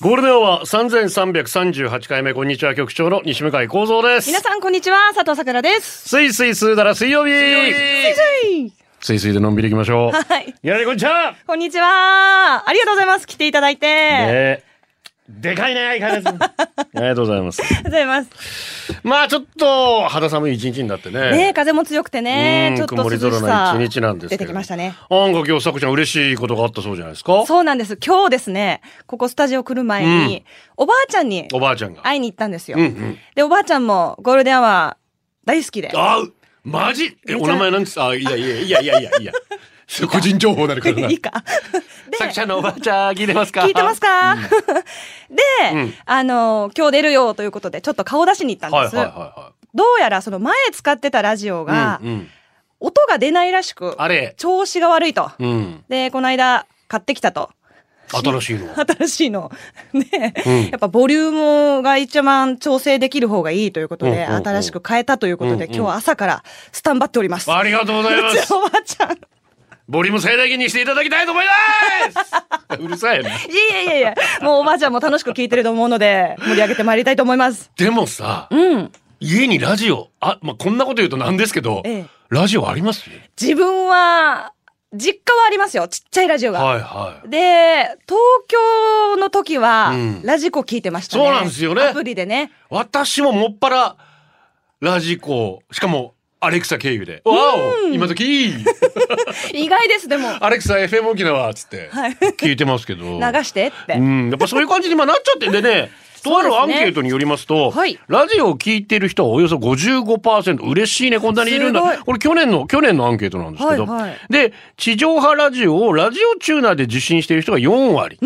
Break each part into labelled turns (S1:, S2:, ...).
S1: ゴールデンは三千三百三十八回目こんにちは局長の西向井光三です。
S2: 皆さんこんにちは佐藤さくらです
S1: スイスイスーだら水曜日。スイスイでのんびり行きましょう。
S2: はい
S1: やれこんにちは。ね
S2: こんにちはありがとうございます来ていただいて、
S1: えでかいね相変わ らず。ありがとうございます。
S2: ありがとうございます
S1: まあちょっと肌寒い一日になってね。
S2: ねえ風も強くてね
S1: うん
S2: ちょっと
S1: 曇り
S2: 涼し
S1: 空
S2: さ
S1: の一日なんですけ
S2: 出
S1: ど
S2: てきましたね
S1: なんか今日さくちゃん嬉しいことがあったそうじゃないですか。
S2: そうなんです今日ですねここスタジオ来る前に、おばあちゃんに
S1: おばあちゃんが。
S2: 会いに行ったんですよ、
S1: うんうん。
S2: でおばあちゃんもゴールデンアワー大好きで
S1: あうマジえお名前なんですあいやいやいやいや いやいや。個人情報になるからな
S2: いい。 かで
S1: さくちゃんのおばあちゃん聞いてますか。
S2: 聞いてますか、で、
S1: うん
S2: あの今日出るよということでちょっと顔出しに行ったん
S1: はい
S2: で
S1: はい
S2: す、
S1: はいは
S2: どうやらその前使ってたラジオが、
S1: い。うんうん。
S2: 音が出ないらしく、
S1: あれ。
S2: 調子が悪いと。
S1: うん。
S2: で、この間買ってき たと。
S1: 新しいの。
S2: 新しいの。ね、
S1: うん
S2: やっぱボリュームが一番調整できる方がいいということ
S1: うんう
S2: で、
S1: んうん
S2: 新しく変えたということで、
S1: うんうん
S2: 今日朝からスタンバっております。
S1: ありがとうございま
S2: うち
S1: す。
S2: のおばあちゃん。い
S1: ボリューム最大限にしていただきたいと思います。 うるさいな。
S2: やいやいや、もうおばあちゃんも楽しく聞いてると思うので、盛り上げてまいりたいと思います。
S1: でもさ、
S2: うん。
S1: 家にラジオ、あ、まあ、こんなこと言うとなんですけど、
S2: ええ
S1: ラジオあります
S2: 自分は、実家はありますよ。ちっちゃいラジオが。
S1: はいはい。
S2: で、東京の時は、
S1: うん
S2: ラジコ聞いてましたね。
S1: そうなんですよね
S2: アプリでね。
S1: 私ももっぱら、ラジコ、しかも、アレクサ経由で。わお今時
S2: 意外です、でも。
S1: アレクサ FM 沖縄つって、聞いてますけど。
S2: 流してって。
S1: うん、やっぱそういう感じに今なっちゃって んでね、とあるアンケートによりますと、
S2: はい
S1: ラジオを聞いてる人はおよそ55%、嬉しいね、こんなにいるん
S2: すご
S1: だ。
S2: い
S1: これ去年の、去年のアンケートなんですけど、
S2: はいはい
S1: で、地上波ラジオをラジオチューナーで受信している人が4割。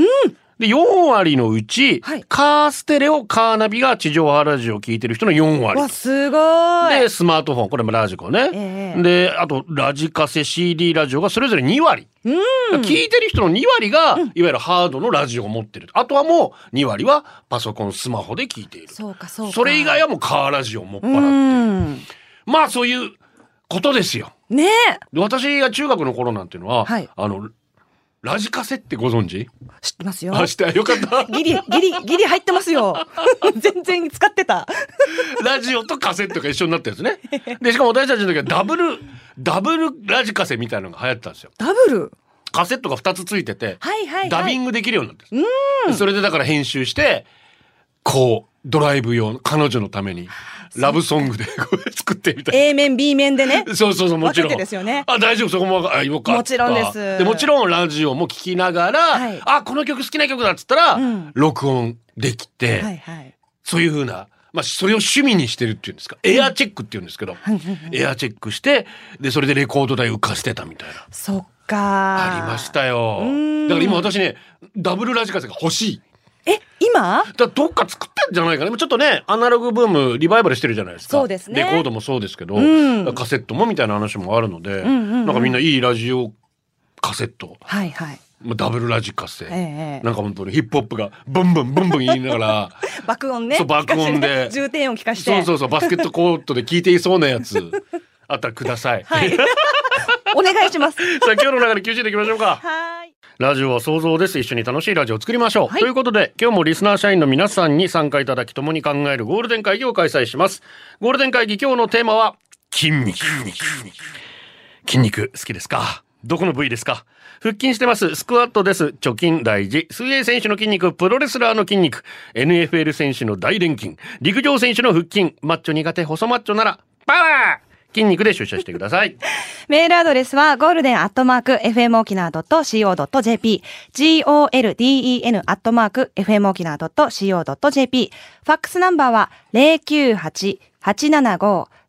S1: で、4割のうち、
S2: はい
S1: カーステレオ、カーナビが地上波ラジオを聞いてる人の4割
S2: わ、。すごい。
S1: で、スマートフォン、これもラジコね。
S2: ええ
S1: で、あと、ラジカセ、CD ラジオがそれぞれ2割。だから聞いてる人の2割が、いわゆるハードのラジオを持ってる。あとはもう、2割はパソコン、スマホで聞いている。
S2: そうか、そうか。
S1: それ以外はもうカーラジオもっぱら
S2: う
S1: って。
S2: ん。
S1: まあ、そういうことですよ。
S2: ねえ。
S1: で私が中学の頃なんていうのは、
S2: はい
S1: あの、ラジカセってご存知
S2: 知ってますよ。
S1: あ、してよかった。
S2: ギリ、ギリ、ギリ入ってますよ。 全然使ってた。
S1: ラジオとカセットが一緒になったやつ ね。で、しかも私たちの時はダブル、ダブルラジカセみたいなのが流行ってたんですよ。
S2: ダブル。
S1: カセットが2つついてて、
S2: はいはいはい
S1: ダビングできるようになってるでそれでだから編集してこうドライブ用の彼女のためにラブソングでこう作ってみたい
S2: A 面、B 面でね。
S1: そうそうそうもちろん
S2: 分けてですよね
S1: あ大丈夫そこもあよかった
S2: もちろんです
S1: でもちろんラジオも聞きながら、
S2: はい
S1: あこの曲好きな曲だっつったら、
S2: うん
S1: 録音できて、
S2: はいはい。
S1: そういうふうな、まあ、それを趣味にしてるっていうんですかエアチェックっていうんですけどエアチェックしてでそれでレコード代浮かしてたみたいな
S2: そっか。
S1: ありまし。たよ
S2: ん
S1: だから今私ねダブルラジカセが欲しい
S2: え、今
S1: だからどっか作ってんじゃないかな今ちょっとねアナログブームリバイバルしてるじゃないですか
S2: そうですね
S1: レコードもそうですけど、
S2: うん
S1: カセットもみたいな話もあるので、
S2: んうんうん
S1: なんかみんないいラジオカセット
S2: はいはい。
S1: まあダブルラジカセ、
S2: ええ
S1: なんか本当にヒップホップがブンブンブンブン言いながら
S2: 爆音ね。
S1: そう爆音で
S2: 聞かせて 重点音聞か して。
S1: そうそうそうバスケットコートで聞いていそうなやつあったらください、
S2: はい。お願いします。
S1: さあ今日の中で90でいきましょうか
S2: はい。
S1: ラジオは想像です。一緒に楽しいラジオを作りましょう。
S2: はい
S1: ということで、今日もリスナー社員の皆さんに参加いただき、共に考えるゴールデン会議を開催します。ゴールデン会議、今日のテーマは、筋肉。筋肉、好きですかどこの部位ですか腹筋してます。スクワットです。貯金大事。水泳選手の筋肉、プロレスラーの筋肉、NFL 選手の大連筋、陸上選手の腹筋、マッチョ苦手、細マッチョなら、パワー筋肉で出社してください。
S2: メールアドレスは、ゴールデンアットマーク、fmokina.co.jp、golden アットマーク、fmokina.co.jp、ファックスナンバーは、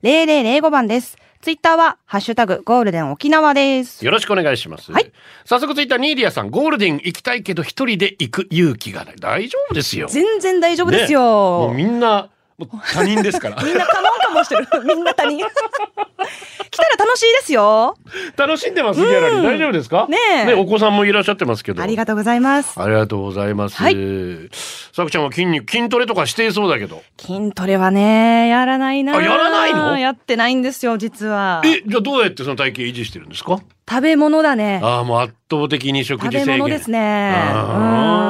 S2: 098-875-0005番です。ツイッターは、ハッシュタグ、ゴールデン沖縄です。
S1: よろしくお願いします。
S2: はい
S1: 早速ツイッターニーリアさん、ゴールデン行きたいけど一人で行く勇気がない。大丈夫ですよ。
S2: 全然大丈夫です
S1: ねも
S2: よ。
S1: うみんな、もう他人です から
S2: みんなカモンカモンしてる。 みんな他人。来たら楽しいですよ。
S1: 楽しんでますギャラリー、
S2: うん
S1: 大丈夫ですか
S2: ねえ
S1: お子さんもいらっしゃってますけど
S2: ありがとうございます。
S1: ありがとうございます。
S2: はい
S1: さくちゃんは筋肉筋トレとかしていそうだけど。
S2: 筋トレはね、やらないな。
S1: あやらないの
S2: やってないんですよ、実は。
S1: え、じゃあどうやってその体型維持してるんですか？
S2: 食べ物だね。
S1: ああもう圧倒的に食
S2: 食
S1: 事
S2: べ
S1: 制限。
S2: 物ですね。うん
S1: あー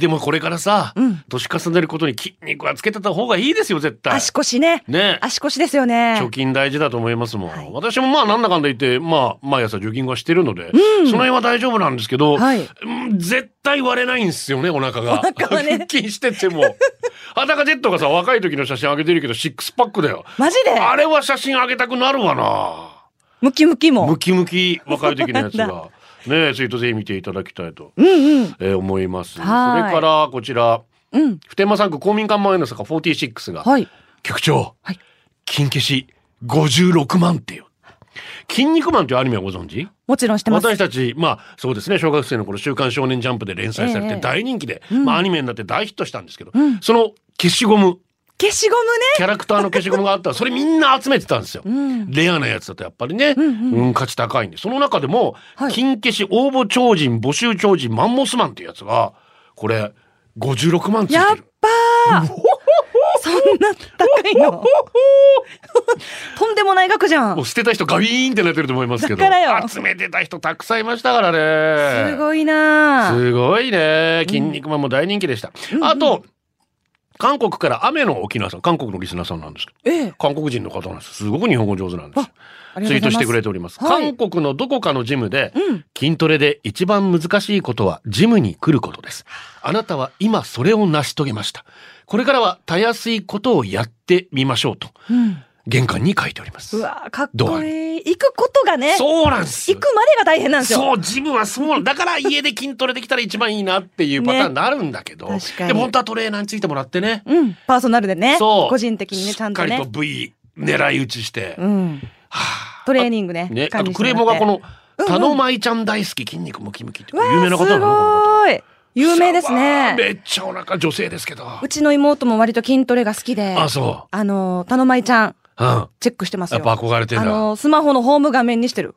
S1: でもこれからさ、
S2: うん
S1: 年重ねることに筋肉はつけてた方がいいですよ絶対。
S2: 足腰ね。
S1: ね。
S2: 足腰ですよね
S1: 貯。金大事だと思いますもん、
S2: はい
S1: 私もまあなんだかんだ言ってまあ毎朝ジョギングはしてるので、その辺は大丈夫なんですけど、
S2: はい
S1: うん絶対割れないんですよねお腹が
S2: お腹はね
S1: 腹筋してても裸ジェットがさ若い時の写真上げてるけどシックスパックだよ
S2: マジで
S1: あれは写真上げたくなるわな。
S2: ムキムキも
S1: ム。キムキ若い時のやつ
S2: そうな
S1: が。ねえ、ツイートぜひ見ていただきたいと、
S2: うんうん。
S1: えー思います。それ
S2: はい
S1: からこちら、
S2: うん。
S1: 普天間産区公民館前の坂46が、
S2: はい。
S1: 局長、
S2: はい
S1: 金消し56万ってよ。筋肉マンというアニメはご存知
S2: もちろんしてます。
S1: 私たち、まあそうですね、小学生の頃、週刊少年ジャンプで連載され
S2: え
S1: て
S2: え
S1: 大人気で、
S2: うん
S1: まあアニメになって大ヒットしたんですけど、
S2: うん
S1: その消しゴム、
S2: 消しゴムね。
S1: キャラクターの消しゴムがあったら、それみんな集めてたんですよ。
S2: うん。
S1: レアなやつだとやっぱりね、
S2: う
S1: うんん
S2: う
S1: 価値高いんでその中でも、
S2: はい
S1: 金消し応募超人募集超人マンモスマンっていうやつがこれ56万つい
S2: やって
S1: る。
S2: ば ー。そんな高いの。 とんでもない額じ ゃ
S1: も
S2: ん
S1: う。捨てた人ガビーンってなってると思いますけど
S2: だからよ
S1: 集めてた人たくさんいましたからね
S2: すごいなー。
S1: すごいね筋肉マンも大人気でした、あと韓国から雨の沖縄さん韓国のリスナーさんなんですけど
S2: ええ。
S1: 韓国人の方なんですすごく日本語上手なんですよ
S2: あり
S1: ツイ
S2: が
S1: ートし
S2: とうございます
S1: てくれております、
S2: はい
S1: 韓国のどこかのジムで、
S2: うん。
S1: 筋トレで一番難しいことはジムに来ることです。あなたは今それを成し遂げました。これからはたやすいことをやってみましょうと
S2: うん。
S1: 玄関に書いております。
S2: うわーかっ
S1: ド
S2: こ
S1: ア
S2: いい。行くことがね。
S1: そうなんです。
S2: 行くまでが大変なんですよ。
S1: そう、ジムは そう。だから家で筋トレできたら一番いいなっていうパターンになるんだけど。
S2: ね確かに
S1: でも本当はトレーナーについてもらってね。
S2: うん。パーソナルでね。
S1: そう。
S2: 個人的にね、ちゃんと
S1: しっか
S2: ね
S1: り。と V 狙い撃ちして。
S2: うん。トレーニングね。
S1: ね、あ
S2: 管
S1: と
S2: 理して
S1: クレーモがこ
S2: もらっ
S1: の、
S2: うん
S1: たのまいちゃん大好き筋肉ムキムキって
S2: て。うわー
S1: 有名な方なのかな
S2: すごーい。有名です
S1: わあ
S2: ね。
S1: めっちゃお腹女性ですけど。
S2: うちの妹も割と筋トレが好きで。
S1: あ、そ
S2: あのー、たのまいちゃん、
S1: う。うん。
S2: チェックしてます
S1: やっ
S2: よ。
S1: ぱ憧れてん
S2: あ
S1: だ。
S2: のー、スマホのホーム画面にしてる。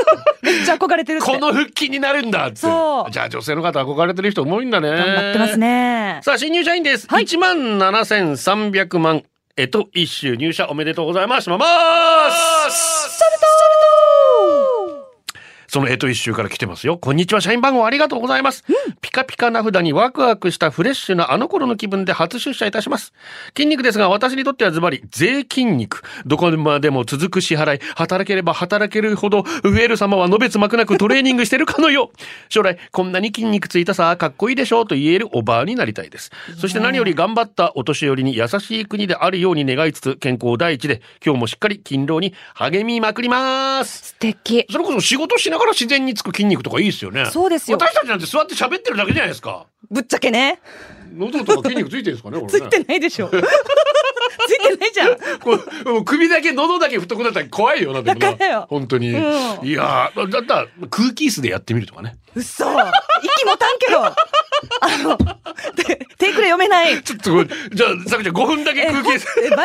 S2: めっちゃ憧れてるって。
S1: この腹筋になるんだって。
S2: そう
S1: じゃあ女性の方憧れてる人多いんだね。
S2: 頑張ってます。ね。
S1: さあ、新入社員です。
S2: はい
S1: 1万7300万。えっと、一周入社おめでとうございます。しまますそのえっと一周から来てますよ。こんにちは、社員番号ありがとうございます。ピカピカ名札にワクワクしたフレッシュなあの頃の気分で初出社いたします。筋肉ですが、私にとってはズバリ、税筋肉。どこまでも続く支払い、働ければ働けるほど、増える様はのべつ幕なくトレーニングしてるかのよう。将来、こんなに筋肉ついたさ、かっこいいでしょうと言えるおばあになりたいです。そして何より頑張ったお年寄りに優しい国であるように願いつつ、健康第一で、今日もしっかり勤労に励みまくります。
S2: 素敵。
S1: それこそ仕事しながら自然につく筋肉とかいいですよね。
S2: そうですよ
S1: 私たちなんて座って喋ってるだけじゃないですか。
S2: ぶっちゃけね。
S1: 喉とか筋肉 ついてるんですかね、これね
S2: ついてないでしょ。ついてないじゃん。
S1: こうもう首だけ喉だけ太くなったら怖いよなでもな
S2: だからよ
S1: 本当に、
S2: うん
S1: いやーだったら空気椅子でやってみるとかね
S2: 嘘。息もたんけど。あの、て手くれ読めない。
S1: ちょっとこれじゃあさくちゃん5分だけ
S2: え、ほんえ
S1: 空
S2: マ
S1: 気
S2: ジ
S1: 椅子
S2: で無理なん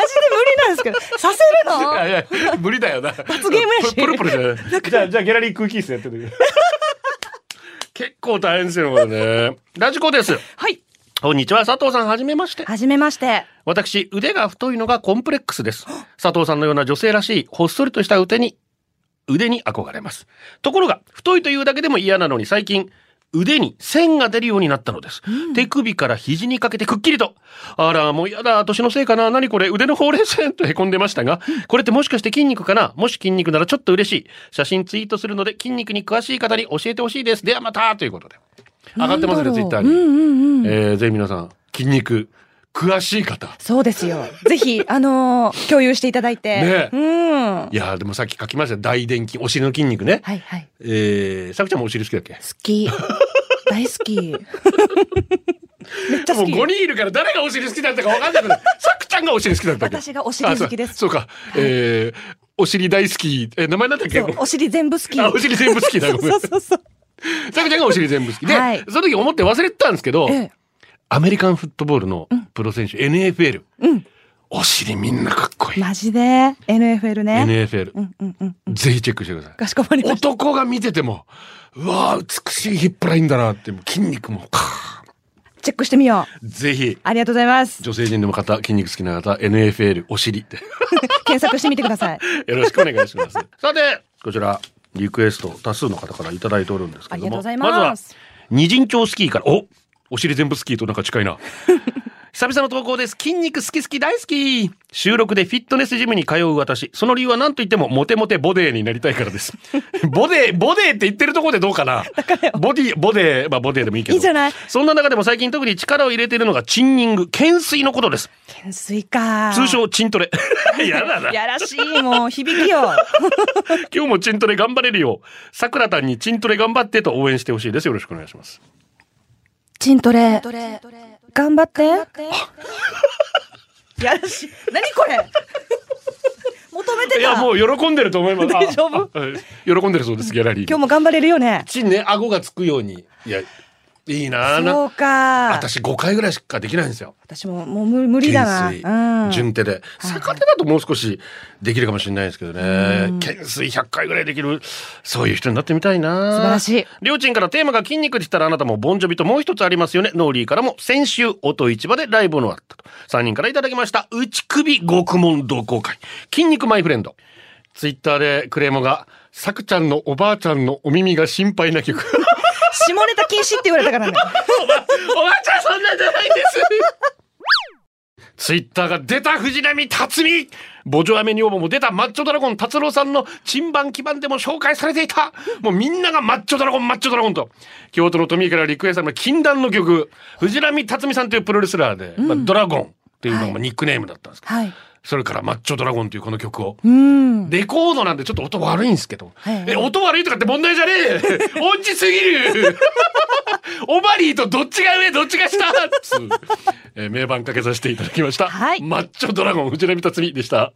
S2: です けど。させる
S1: いや
S2: の
S1: いや無理だよな罰
S2: ゲームやし
S1: プルプルじゃないじゃあじゃあギャラリー空気椅子やって る結構大変ですよこれねラジコです
S2: はい。
S1: こんにちは佐藤さんはじめまして
S2: はじめまして。
S1: 私、腕が太いのがコンプレックスです。佐藤さんのような女性らしい、ほっそりとした腕に、腕に憧れます。ところが、太いというだけでも嫌なのに最近、腕に線が出るようになったのです。手首から肘にかけてくっきりと。あら、もう嫌だ、年のせいかな、何これ、腕のほうれい線と凹んでましたが、これってもしかして筋肉かなもし筋肉ならちょっと嬉しい。写真ツイートするので、筋肉に詳しい方に教えてほしいです。ではまたということで。上がってますね、ツイッターに。えーぜひ皆さん、筋肉、詳しい方。
S2: そうですよ。ぜひ、あのー共有していただいて。
S1: ねえ
S2: うん。はい
S1: やーでもさっき書きましたよ大臀筋お尻の筋肉ね、
S2: いはい。
S1: えー、さくちゃんもお尻好きだっけ
S2: 好き。大好 き。めっちゃ
S1: も
S2: 好
S1: う
S2: き。
S1: 5人いるから誰がお尻好きだったか分かんな くなるさくちゃんがお尻好きだったっけ
S2: 私がお尻好きです
S1: あそうそうか、えー、お尻大好きえ名前なんだっけ
S2: そうお尻全部好き。
S1: あお尻全部好きだごめん
S2: そうそうそう。
S1: さくちゃんがお尻全部好きで、
S2: はい
S1: その時思って忘れてたんですけど
S2: ええ
S1: アメリカンフットボールのプロ選手、NFL、お尻みんなかっこいい。
S2: マジで NFL ね。
S1: NFL
S2: う。んうんうんうん。
S1: ぜひチェックしてください。
S2: かしこまりました。
S1: 男が見てても、うわー美しいヒップラインだなって、もう筋肉もカ
S2: チェックしてみよう。
S1: ーンぜひ、
S2: ありがとうございます。
S1: 女性人でも方、筋肉好きな方、NFL、お尻って、
S2: 検索してみてください。
S1: よろしくお願いします。さて、こちら、リクエスト、多数の方からいただいておるんですけども、
S2: ありがとうござい
S1: まずは
S2: ます、
S1: 二人橋スキーから、おお尻全部スキーとなんか近いな。 久々の投稿です。筋肉好き好き大好き収録でフィットネスジムに通う私。その理由は何と言ってもモテモテボデーになりたいからです。 ボデー、ボデーって言ってるところでどうかなボディ、ボデー、まあボデーでもいいけど。
S2: いいじゃない
S1: そんな中でも最近特に力を入れているのがチンニング、懸垂のことです。
S2: 懸垂か。
S1: 通。称チン トレ。やだな。
S2: やらしい、もう、響きよ。
S1: 今日もチントレ頑張れるよう、さくらたんにチントレ頑張ってと応援してほしいです。よろしくお願いします。
S2: チントレ。頑張って。 やらしい。何これ求めてた。
S1: いや、もう喜んでると思います。
S2: 大丈夫
S1: ああはい喜んでるそうです、ギャラリー。
S2: 今日も頑張れるよね。
S1: チンね、顎がつくように。いや、いいなあ
S2: そう
S1: な。
S2: か。
S1: 私5回ぐらいしかできないんですよ。
S2: 私も、もう無無理だ
S1: 懸
S2: な。うん。
S1: 垂、順手で。逆手だともう少しできるかもしれないですけどね。懸垂100回ぐらいできる、そういう人になってみたいな。
S2: 素晴らしい。
S1: りょうちんからテーマが筋肉って言ったらあなたもボンジョビともう一つありますよね。ノーリーからも先週、音市場でライブをのあったと。3人からいただきました。内首極門同好会。筋肉マイフレンド。ツイッターでクレームが、さくちゃんのおばあちゃんのお耳が心配な曲。
S2: 下ネタ禁止って言われたか ら
S1: お
S2: ね。
S1: ば、おばあちゃんそんなんじゃないんです。ツイッターが出た藤波辰巳ボジョアメ女房も出たマッチョドラゴン達郎さんの珍版基盤でも紹介されていたもうみんながマッチョドラゴンマッチョドラゴンと京都の富井からリクエストの禁断の曲藤波辰巳さんというプロレスラーで、まあ、ドラゴンっていうのがニックネームだったんですけど、
S2: はい。
S1: それからマッチョドラゴンというこの曲を
S2: うん。
S1: レコードなんでちょっと音悪いんですけど。
S2: はい
S1: え、音悪いとかって問題じゃねえ 音痴すぎる オバリーとどっちが上どっち が下つうえー名盤かけさせていただきました。
S2: はい
S1: マッチョドラゴン、藤波辰巳でした。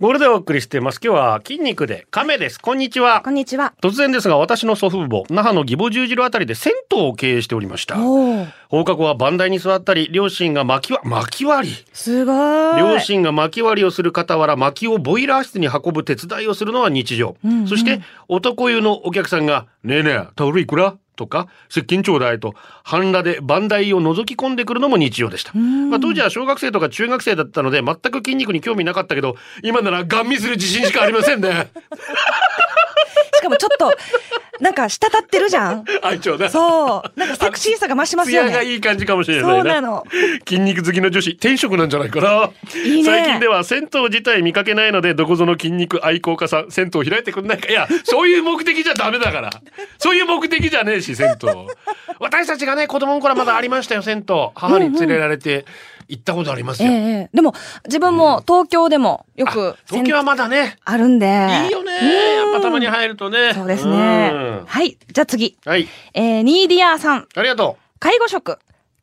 S1: ゴールデンをお送りしています。今日は筋肉で亀です。こんにちは
S2: こ。んにちは。
S1: 突然ですが、私の祖父母、那覇の義母十字路あたりで銭湯を経営しておりました。
S2: おお。
S1: 放課後は番台に座ったり、両親が薪は、薪割り
S2: すごーい。
S1: 両親が薪割りをする傍ら薪をボイラー室に運ぶ手伝いをするのは日常、
S2: んうん
S1: そして男湯のお客さんが「ねえねえタオルいくら?」とか「接近ちょうだい」と半裸で番台を覗き込んでくるのも日常でした、まあ、当時は小学生とか中学生だったので全く筋肉に興味なかったけど今ならガン見する自信しかありません ね
S2: しかもちょっと、なんか、滴ってる じゃん。
S1: 愛嬌だ
S2: そう。なんか、セクシーさが増しますよ
S1: 艶が
S2: ね。
S1: いい感じかもしれない
S2: そうなの。
S1: 筋肉好きの女子転職なんじゃないかな。
S2: いいね
S1: 最近では銭湯自体見かけないのでどこぞの筋肉愛好家さん銭湯開いてくんないかいやそういう目的じゃダメだからそういう目的じゃねえし銭湯私たちがね子供の頃まだありましたよ銭湯母に連れられて行ったことあります
S2: ええ
S1: よ、
S2: ええでも、自分も東京でもよく
S1: あ、東京はまだね
S2: あるんで。
S1: いいよねやっぱたまに入るとね
S2: そうです
S1: うん
S2: ね。はい。じゃあ次。
S1: はい
S2: えー、ニーディアーさん。
S1: ありがと
S2: 介護職。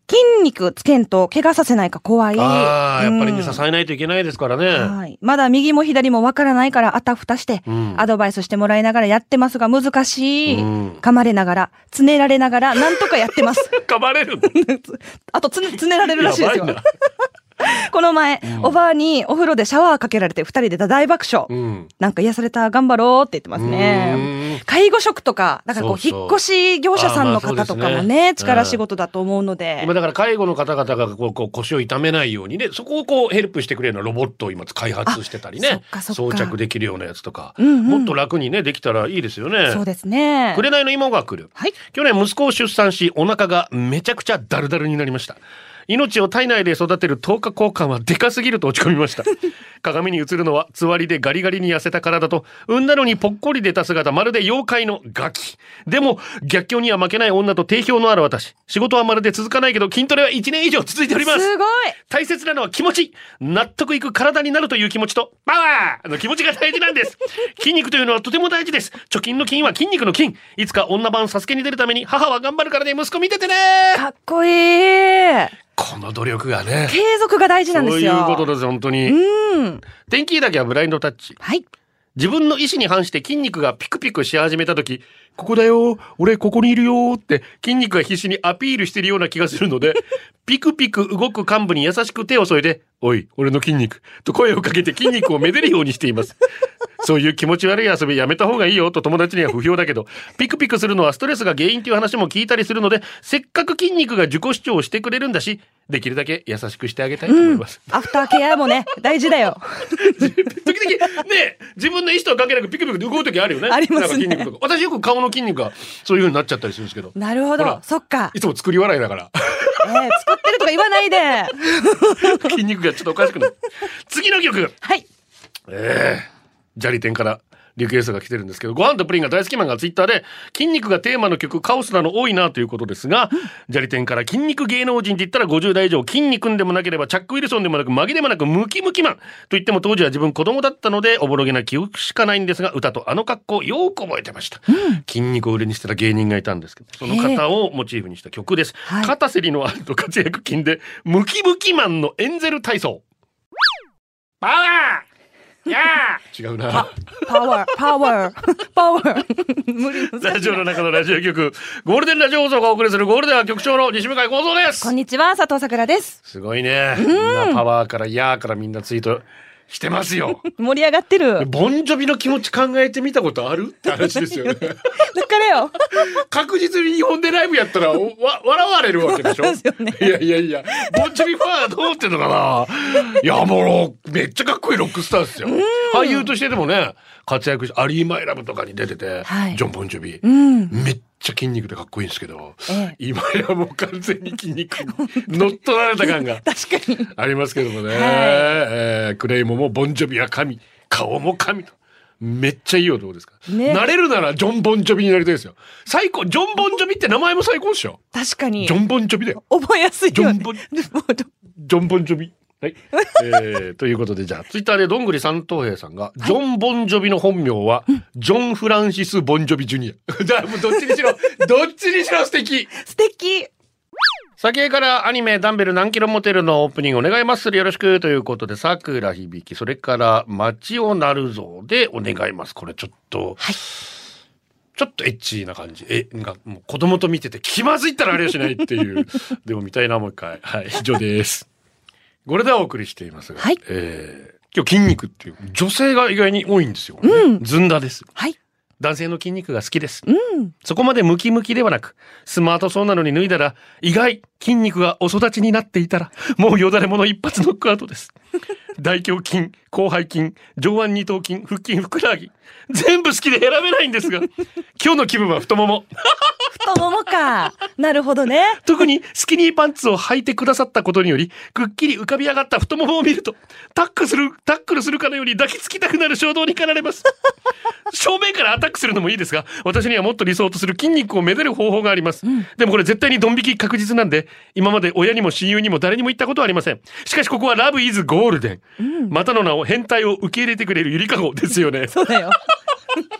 S2: 筋肉つけんと怪我させないか怖い。
S1: うああやっぱりね
S2: うん
S1: 支えないといけないですからね
S2: はい。まだ右も左もわからないからあたふたして、
S1: ん
S2: アドバイスしてもらいながらやってますが難しい。
S1: うん
S2: 噛まれながら、つねられながら、なんとかやってます。
S1: 噛まれるの
S2: あとつね、つねられるらしいです
S1: や
S2: よ
S1: ばいな。
S2: この前、おばあにお風呂でシャワーかけられて二人で大爆笑。
S1: うん
S2: なんか癒された、頑張ろうって言ってます
S1: う
S2: ね
S1: ん。
S2: 介護職とか、だからこう、
S1: そうそう
S2: 引っ越し業者さん
S1: あ
S2: の
S1: まあ
S2: 方
S1: そう
S2: と
S1: ですね
S2: かもね、力仕事だと思うので
S1: 今。だから介護の方々がこうこう腰を痛めないようにねそこをこうヘルプしてくれるようなロボットを今開発してたり
S2: あそ
S1: ね
S2: っかそっ
S1: 装
S2: か
S1: 着できるようなやつとか、
S2: うんうん
S1: もっと楽にねできたらいいですよね。
S2: そうですね。
S1: 紅の妹が来る、
S2: はい
S1: 去年息子を出産しお腹がめちゃくちゃダルダルになりました命を体内で育てる10日交換はでかすぎると落ち込みました鏡に映るのはつわりでガリガリに痩せた体と産んだのにぽっこり出た姿まるで妖怪のガキでも逆境には負けない女と定評のある私仕事はまるで続かないけど筋トレは1年以上続いております
S2: すごい
S1: 大切なのは気持ち納得いく体になるという気持ちとパワーの気持ちが大事なん です筋肉というのはとても大事です貯金の金は筋肉の金いつか女版サスケに出るために母は頑張るからね息子見ててね
S2: かっこいい
S1: この努力がね
S2: 継続が大事なんですよ。
S1: そういうことです本当に
S2: うん。
S1: 天気だけはブラインドタッチ
S2: はい。
S1: 自分の意思に反して筋肉がピクピクし始めた時ここだよ俺ここにいるよって筋肉が必死にアピールしてるような気がするのでピクピク動く幹部に優しく手を添えて「おい俺の筋肉」と声をかけて筋肉をめでるようにしています。そういう気持ち悪い遊びやめた方がいいよと友達には不評だけど、ピクピクするのはストレスが原因という話も聞いたりするので、せっかく筋肉が自己主張をしてくれるんだし、できるだけ優しくしてあげたいと思います。
S2: アフターケア もね、大事だよ。
S1: 時々ね自分の意思とは関係なくピクピクで動く時あるよね
S2: ありますね
S1: なんか筋肉とか私よく顔の筋肉がそういう風になっちゃったりするんですけど
S2: なるほ
S1: ほ
S2: ど
S1: ら。
S2: そっか。
S1: いつも作り笑いだから
S2: えー作ってるとか言わないで。は
S1: 筋肉がちょっとおかしくなる次の曲
S2: い。
S1: ええジャリ店からリクエストが来てるんですけど、ご飯とプリンが大好きマンがツイッターで、筋肉がテーマの曲、カオスなの多いなということですが、ジャリ店から筋肉芸能人って言ったら50代以上、筋肉んでもなければ、チャック・ウィルソンでもなく、マギでもなく、ムキムキマンと言っても当時は自分子供だったので、おぼろげな記憶しかないんですが、歌とあの格好をよく覚えてました。筋肉を売りにしてた芸人がいたんですけど、その方をモチーフにした曲です。
S2: はい
S1: 片瀬里のあると活躍筋で、ムキムキマンのエンゼル体操。パワーやー違うな。
S2: パワー、パワー、パワ ー。無理
S1: ラジオの中のラジオ局、ゴールデンラジオ放送がお送りするゴールデンは局長の西向井光三で
S2: こ
S1: す
S2: ん。にちは、佐藤さくらです。
S1: すごいね。みんなパワーからやーからみんなツイートしてます よ。
S2: 盛り上がって る。
S1: ボンジョビの気持ち考えてみたことあるって話ですよね。
S2: だからよ。
S1: 確実に日本でライブやったらおわ笑われるわけでしょ。
S2: そうですよね
S1: いやいやいや、ボンジョビファンはどう思ってんのかな。いやもうめっちゃかっこいいロックスターですよ。俳優としてでもね活躍しアリー・マイ・ラブとかに出てて、
S2: はい
S1: ジョン・ボンジョビ、
S2: うん。
S1: めっちゃ筋肉でかっこいいんですけど、
S2: ええ
S1: 今やもう完全に筋肉に乗っ取られた感が
S2: 確かに。
S1: ありますけどもね、
S2: い
S1: えークレイモもボンジョビは神顔も神とめっちゃいい男ですから、
S2: ね
S1: なれるならジョン・ボンジョビになりたいですよ最高ジョン・ボンジョビって名前も最高でしょ
S2: 確かに
S1: ジ。ョン・ボンジョビだよ
S2: 覚えやすいよ
S1: ジ
S2: ね。
S1: ョンボリ
S2: もうど
S1: ジョン・ボンジョビ はい、えーということでじゃあツイッターでどんぐり三等兵さんが、ジョン・ボンジョビの本名は、ジョン・フランシス・ボンジョビ・ジュニア じゃあもうどっちにしろどっちにしろ素敵
S2: 素敵。
S1: 先へからアニメ「ダンベル何キロモテる」のオープニングお願いまするよろしくということでさくらひびきそれから「街をなるぞ」でお願いますこれちょっと、ちょっとエッチな感じえなんかもう子供と見てて気まずいったらあれはしないっていうでも見たいなもう一回はい以上ですこれではお送りしていますが、
S2: はい
S1: えー今日筋肉っていう女性が意外に多いんですよ、ずんだです
S2: はい。
S1: 男性の筋肉が好きです、
S2: うん。
S1: そこまでムキムキではなく、スマートそうなのに脱いだら、意外、筋肉がお育ちになっていたら、もうよだれもの一発ノックアウト です。大胸筋、広背筋、上腕二頭筋、腹筋、ふくらはぎ。全部好きで選べないん ですが、今日の気分は太もも。
S2: 太ももか。なるほどね。
S1: 特にスキニーパンツを履いてくださったことにより、くっきり浮かび上がった太ももを見ると、タックする、タックルするかのように抱きつきたくなる衝動に駆られます。正面からアタックするのもいいですが、私にはもっと理想とする筋肉をめでる方法があります。でもこれ絶対にドン引き確実なんで、今まで親にも親友にも誰にも言ったことはありません。しかしここはラブイズゴールデン。またの名を変態を受け入れてくれるゆりかごですよね。
S2: そうだよ。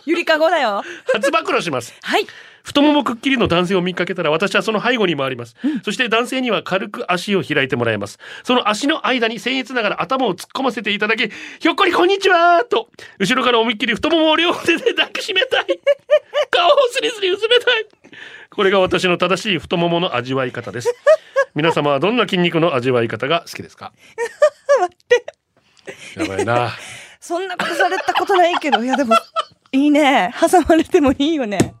S2: ゆりかごだよ。
S1: 初暴露します。
S2: はい。
S1: 太ももくっきりの男性を見かけたら私はその背後に回ります、そして男性には軽く足を開いてもらいますその足の間に僭越ながら頭を突っ込ませていただきひょっこりこんにちはと後ろから思いっきり太ももを両手で抱きしめたい顔をスリスリ薄めたいこれが私の正しい太ももの味わい方です皆様はどんな筋肉の味わい方が好きですか待ってやばいな
S2: そんなことされたことないけど、いやでも、いいね。挟まれてもいいよね。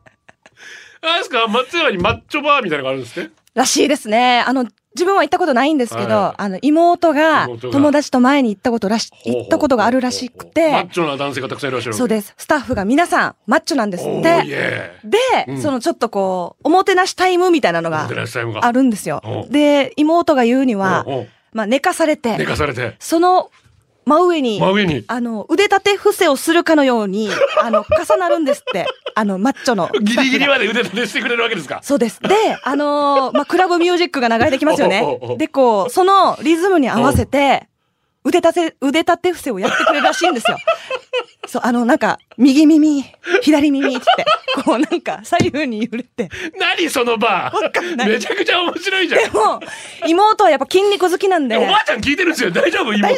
S1: あれですか松山にマッチョバーみたいなのがあるんですね
S2: らしいですね。あの、自分は行ったことないんですけど、
S1: はい
S2: あの、妹が
S1: 妹が
S2: 友達と前に行ったことらし、行ったことがあるらしく
S1: マッ
S2: て、
S1: チョな男性がたくさんいらっしゃる
S2: そ
S1: す
S2: うです。スタッフが皆さん、マッチョなんです
S1: お
S2: っ
S1: ーい
S2: て。
S1: え
S2: で、
S1: うん
S2: そのちょっとこう、おもてなしタイムみたいなの
S1: おも
S2: が
S1: てなしタイムが
S2: あるんですよ
S1: お。う
S2: で、妹が言うには
S1: おうおう、
S2: まあ、寝かされ
S1: 寝
S2: て、
S1: かされて
S2: その真上に、
S1: 真上に
S2: あの、腕立て伏せをするかのよ うに、あの、重なるんですって。あの、マッチョの。
S1: ギリギリまで腕立てしてくれるわけ ですか
S2: そうです。で、あのーまあ、クラブミュージックが流れてきますよ
S1: おうおうお
S2: ね
S1: う。
S2: で、こう、そのリズムに合わせて、腕立て、腕立て伏せをやってくれるらしいんですよ。そう、あの、なんか、右耳、左耳って、こうなんか左右に揺れて。
S1: 何そのバ
S2: わかん
S1: ー
S2: ない
S1: めちゃくちゃ面白いじゃん
S2: でも、妹はやっぱ筋肉好きなんで、
S1: おばあちゃん聞いてるんですよ大丈夫妹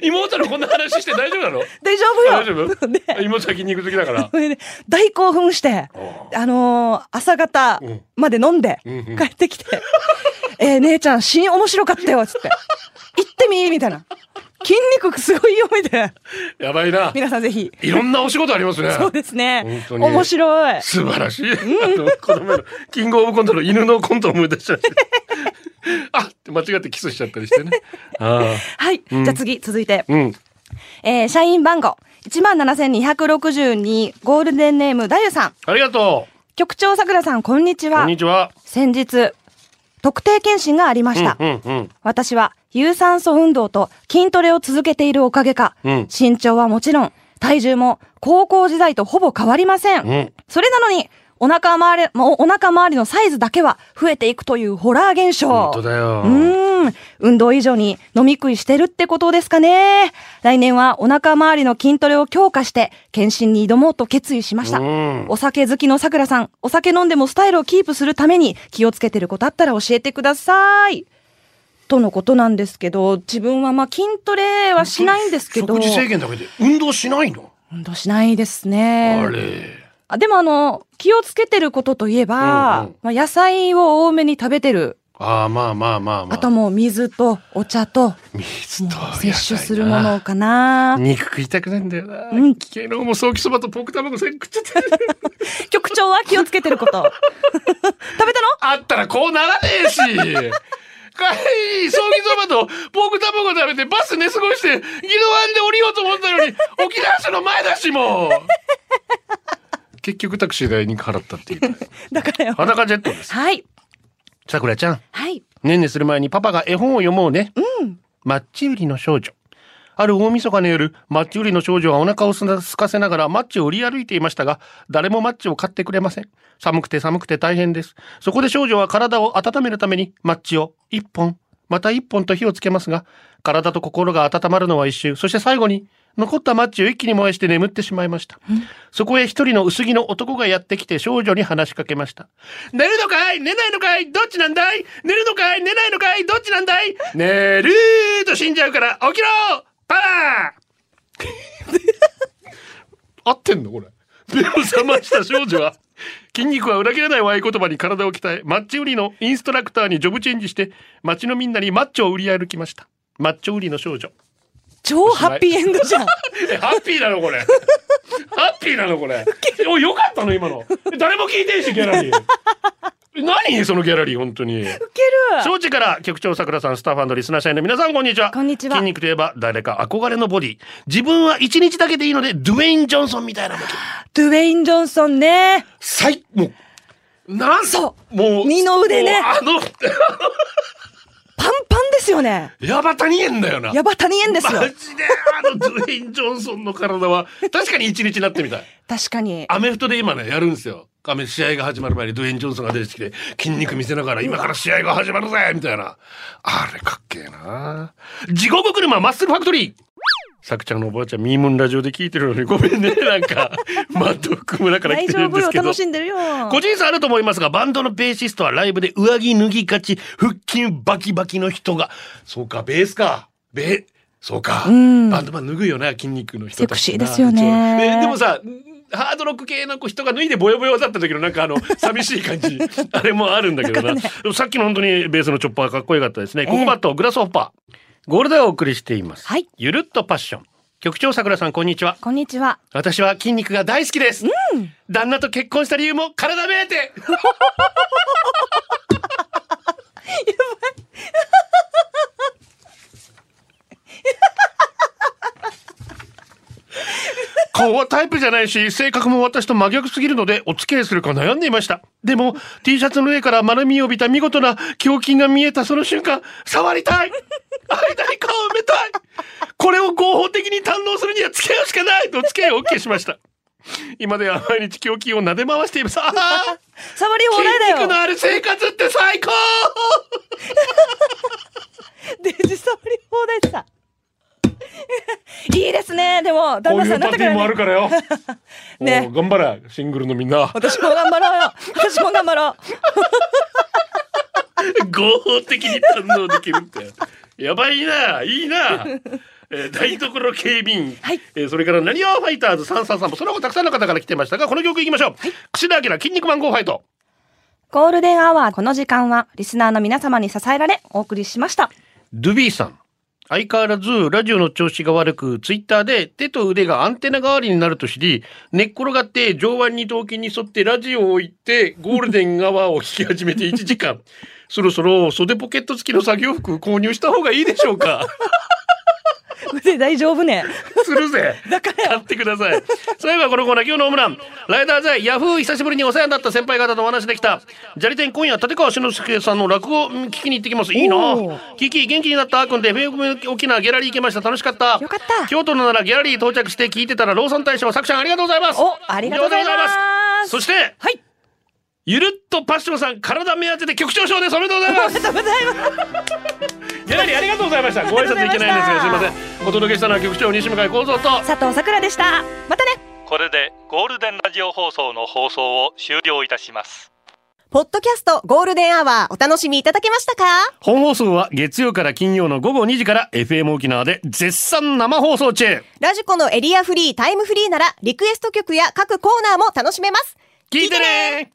S1: 妹のこんな話して大丈夫なの
S2: 大丈
S1: 大丈
S2: 夫よ
S1: 夫
S2: で、
S1: 妹は筋肉好きだから
S2: それで大興奮して、あのー朝方
S1: うん
S2: まで飲んで、
S1: うんうん
S2: 帰ってきて、 えー姉ちゃん、死に面白かったよ、つって。行ってみみたいな。筋肉すごいよ、みたいな。
S1: やばい な
S2: 皆さんぜひ。
S1: いろんなお仕事ありますね
S2: そうですね。
S1: 本当に
S2: 面白い。
S1: 素晴らしい、あのこの前のキングオブコントの犬のコントを思い出し ちゃってあって間違ってキスしちゃったりしてねああ
S2: はい。じゃあ次、続いて。
S1: うん
S2: えー社員番号17,262ゴールデンネームだゆさん。
S1: ありがとう
S2: 局長さくらさん、こんにち
S1: こ
S2: は
S1: んに。ちは
S2: 先日、特定健診がありました。
S1: うんうんうん
S2: 私は有酸素運動と筋トレを続けているおかげか、
S1: うん
S2: 身長はもちろん、体重も高校時代とほぼ変わりません。
S1: うん
S2: それなのに、お腹周り、もうお腹周りのサイズだけは増えていくというホラー現象。
S1: 本当だよ
S2: うーん。運動以上に飲み食いしてるってことですかね。来年はお腹周りの筋トレを強化して、検診に挑もうと決意しました。
S1: うん
S2: お酒好きのさくらさん、お酒飲んでもスタイルをキープするために気をつけてることあったら教えてください。とのことなんですけど、自分はまあ筋トレはしないんですけど、
S1: 食事制限だけで運動しないの、
S2: 運動しないですね。
S1: あれ
S2: あでもあの、気をつけてることといえば、
S1: うんうん
S2: まあ、野菜を多めに食べてる。
S1: ああまあまあまあまあ
S2: あともう水とお茶と、
S1: 水
S2: も
S1: と
S2: う摂取するものか
S1: 野菜な
S2: な。
S1: 肉食いたくないんだよな、
S2: うん
S1: 昨日もソーキそばとポーク卵せん食っちゃって
S2: 局長は気をつけてること。 食べたの
S1: あったらこうならねえしかいソーキそばとポーク卵食べてバス寝過ごして宜野湾で降りようと思ったのに沖縄市の前だしもう結局タクシー代に払ったっていう
S2: だからよ。
S1: 裸ジェットです
S2: はい。
S1: さくらちゃん
S2: はい。
S1: ねんねする前にパパが絵本を読もうね。マッチ売りの少女。ある大晦日の夜、マッチ売りの少女はお腹をすかせながらマッチを売り歩いていましたが、誰もマッチを買ってくれません。寒くて寒くて大変です。そこで少女は体を温めるためにマッチを一本、また一本と火をつけますが、体と心が温まるのは一周、そして最後に残ったマッチを一気に燃やして眠ってしまいました。そこへ一人の薄着の男がやってきて少女に話しかけました。寝るのかい寝ないのかいどっちなんだい寝るのかい寝ないのかいどっちなんだい寝るーと死んじゃうから起きろパワー 合ってんのこれ。目を覚ました少女 は、筋肉は裏切らない合言葉に体を鍛え、マッチ売りのインストラクターにジョブチェンジして、街のみんなにマッチョを売り歩きました。マッチョ売りの少女。
S2: 超ハッピーエンド じゃん。
S1: えハッピーなのこれ。ハッピーなのこれ。おいよかったの今の。誰も聞いてんしギャラリ ー。何そのギャラリー本当に。
S2: いけ る
S1: 正直から局長さくらさんスタッフリスナー社員の皆さんこんにちは。
S2: こんにちは
S1: 筋肉といえば誰か憧れのボディ。自分は一日だけでいいのでドゥエインジョンソンみたいなボディ。
S2: ドゥウェイン・ジョンソンね。
S1: 最もうなん
S2: そ
S1: もう
S2: 二の腕ね
S1: もうあの
S2: パンパンですよね。
S1: やばたにえんだよな。
S2: ヤバ谷園ですよ。
S1: マジであのドゥエイン・ジョンソンの体は確かに一日なってみたい。
S2: 確かに。
S1: アメフトで今ねやるんですよ。アメ試合が始まる前にドゥエイン・ジョンソンが出てきて筋肉見せながら今から試合が始まるぜみたいな。あれかっけえな。地獄車マッスルファクトリーさくちゃんのおばあちゃんミームンラジオで聞いてるのにごめんねなんか マッドク村から来て
S2: 大
S1: る
S2: 丈
S1: ん
S2: 夫
S1: です
S2: よ。
S1: けど
S2: 楽しんでるよ。
S1: 個人差あると思いますがバンドのベーシストはライブで上着脱ぎがち腹筋バキバキの人がそうかベースかベーそうか、
S2: うん
S1: バンドマン脱ぐよな筋肉の人たち
S2: セクシーですよね
S1: そうででもさハードロック系の人が脱いでボヨボヨだった時のなんかあ の寂しい感じあれもあるんだけどな、でもさっきの本当にベースのチョッパーかっこよかったですね、
S2: え
S1: ココバットグラスホッパーゴールドをお送りしています、
S2: はい
S1: ゆるっとパッション局長さくらさんこんにちは
S2: こんにちは。
S1: 私は筋肉が大好きです、旦那と結婚した理由も体目当て顔はタイプじゃないし性格も私と真逆すぎるのでお付き合いするか悩んでいましたでも T シャツの上から丸みを帯びた見事な胸筋が見えたその瞬間触りたい会いたい顔を埋めたいこれを合法的に堪能するには付き合うしかないと付き合いを OK しました今では毎日胸筋を撫で回していますああ
S2: 触り放題だ
S1: 筋肉の
S2: よ。
S1: ある生活って最高
S2: デジ触り放題さ。いいですね。やでも
S1: こ
S2: 旦
S1: う
S2: 那
S1: い
S2: さ
S1: うん
S2: な
S1: パ
S2: っ
S1: テ
S2: た
S1: ィー
S2: から
S1: もある
S2: ね
S1: からよ。
S2: ね
S1: おう頑張れシングルのみんな。
S2: 私も頑張ろうよ私も頑張ろう
S1: 合法的に堪能できるってやばいないいな、えー、台所警備員、
S2: はい
S1: えーそれから「なにわファイターズ333」もその後たくさんの方から来てましたがこの曲いきましょう「櫛田明筋肉マンゴーファイト
S2: ゴールデンアワーこの時間はリスナーの皆様に支えられお送りしました」
S1: ドゥビーさん相変わらずラジオの調子が悪くツイッターで手と腕がアンテナ代わりになると知り寝っ転がって上腕に頭筋に沿ってラジオを置いてゴールデン側を聞き始めて1時間そろそろ袖ポケット付きの作業服購入した方がいいでしょうか
S2: 腕大丈夫ね
S1: するぜ
S2: だから
S1: 買
S2: よ
S1: ってください。そういえばこのコーナー、今日のホームラン。ライダーズアイヤフー久しぶりにお世話になった先輩方とお話できた。砂利店今夜、立川志の輔さんの落語うん聞きに行ってきます。いいな
S2: お
S1: キキ、元気になったあーくんで、FM 沖縄ギャラリー行けました。楽しかった。
S2: かった
S1: 京都のならギャラリー到着して聞いてたら、ローソン大賞、作者ありがとうございます。
S2: おありがとうございます
S1: ありがとうございそして、
S2: はい
S1: ゆるっとパッションさん、体目当てで局長賞です。おめでとうございます
S2: おめ。でとうございます
S1: ギャラリーありがとうございました。ご挨拶いけないんですが、すいません。お届けしたのは局長、西向井幸三と、
S2: 佐藤さくらでしたまたね
S3: これでゴールデンラジオ放送の放送を終了いたします
S4: ポッドキャストゴールデンアワーお楽しみいただけましたか
S1: 本放送は月曜から金曜の午後2時から FM 沖縄で絶賛生放送中
S4: ラジコのエリアフリー、タイムフリーならリクエスト曲や各コーナーも楽しめます。
S1: 聞いてね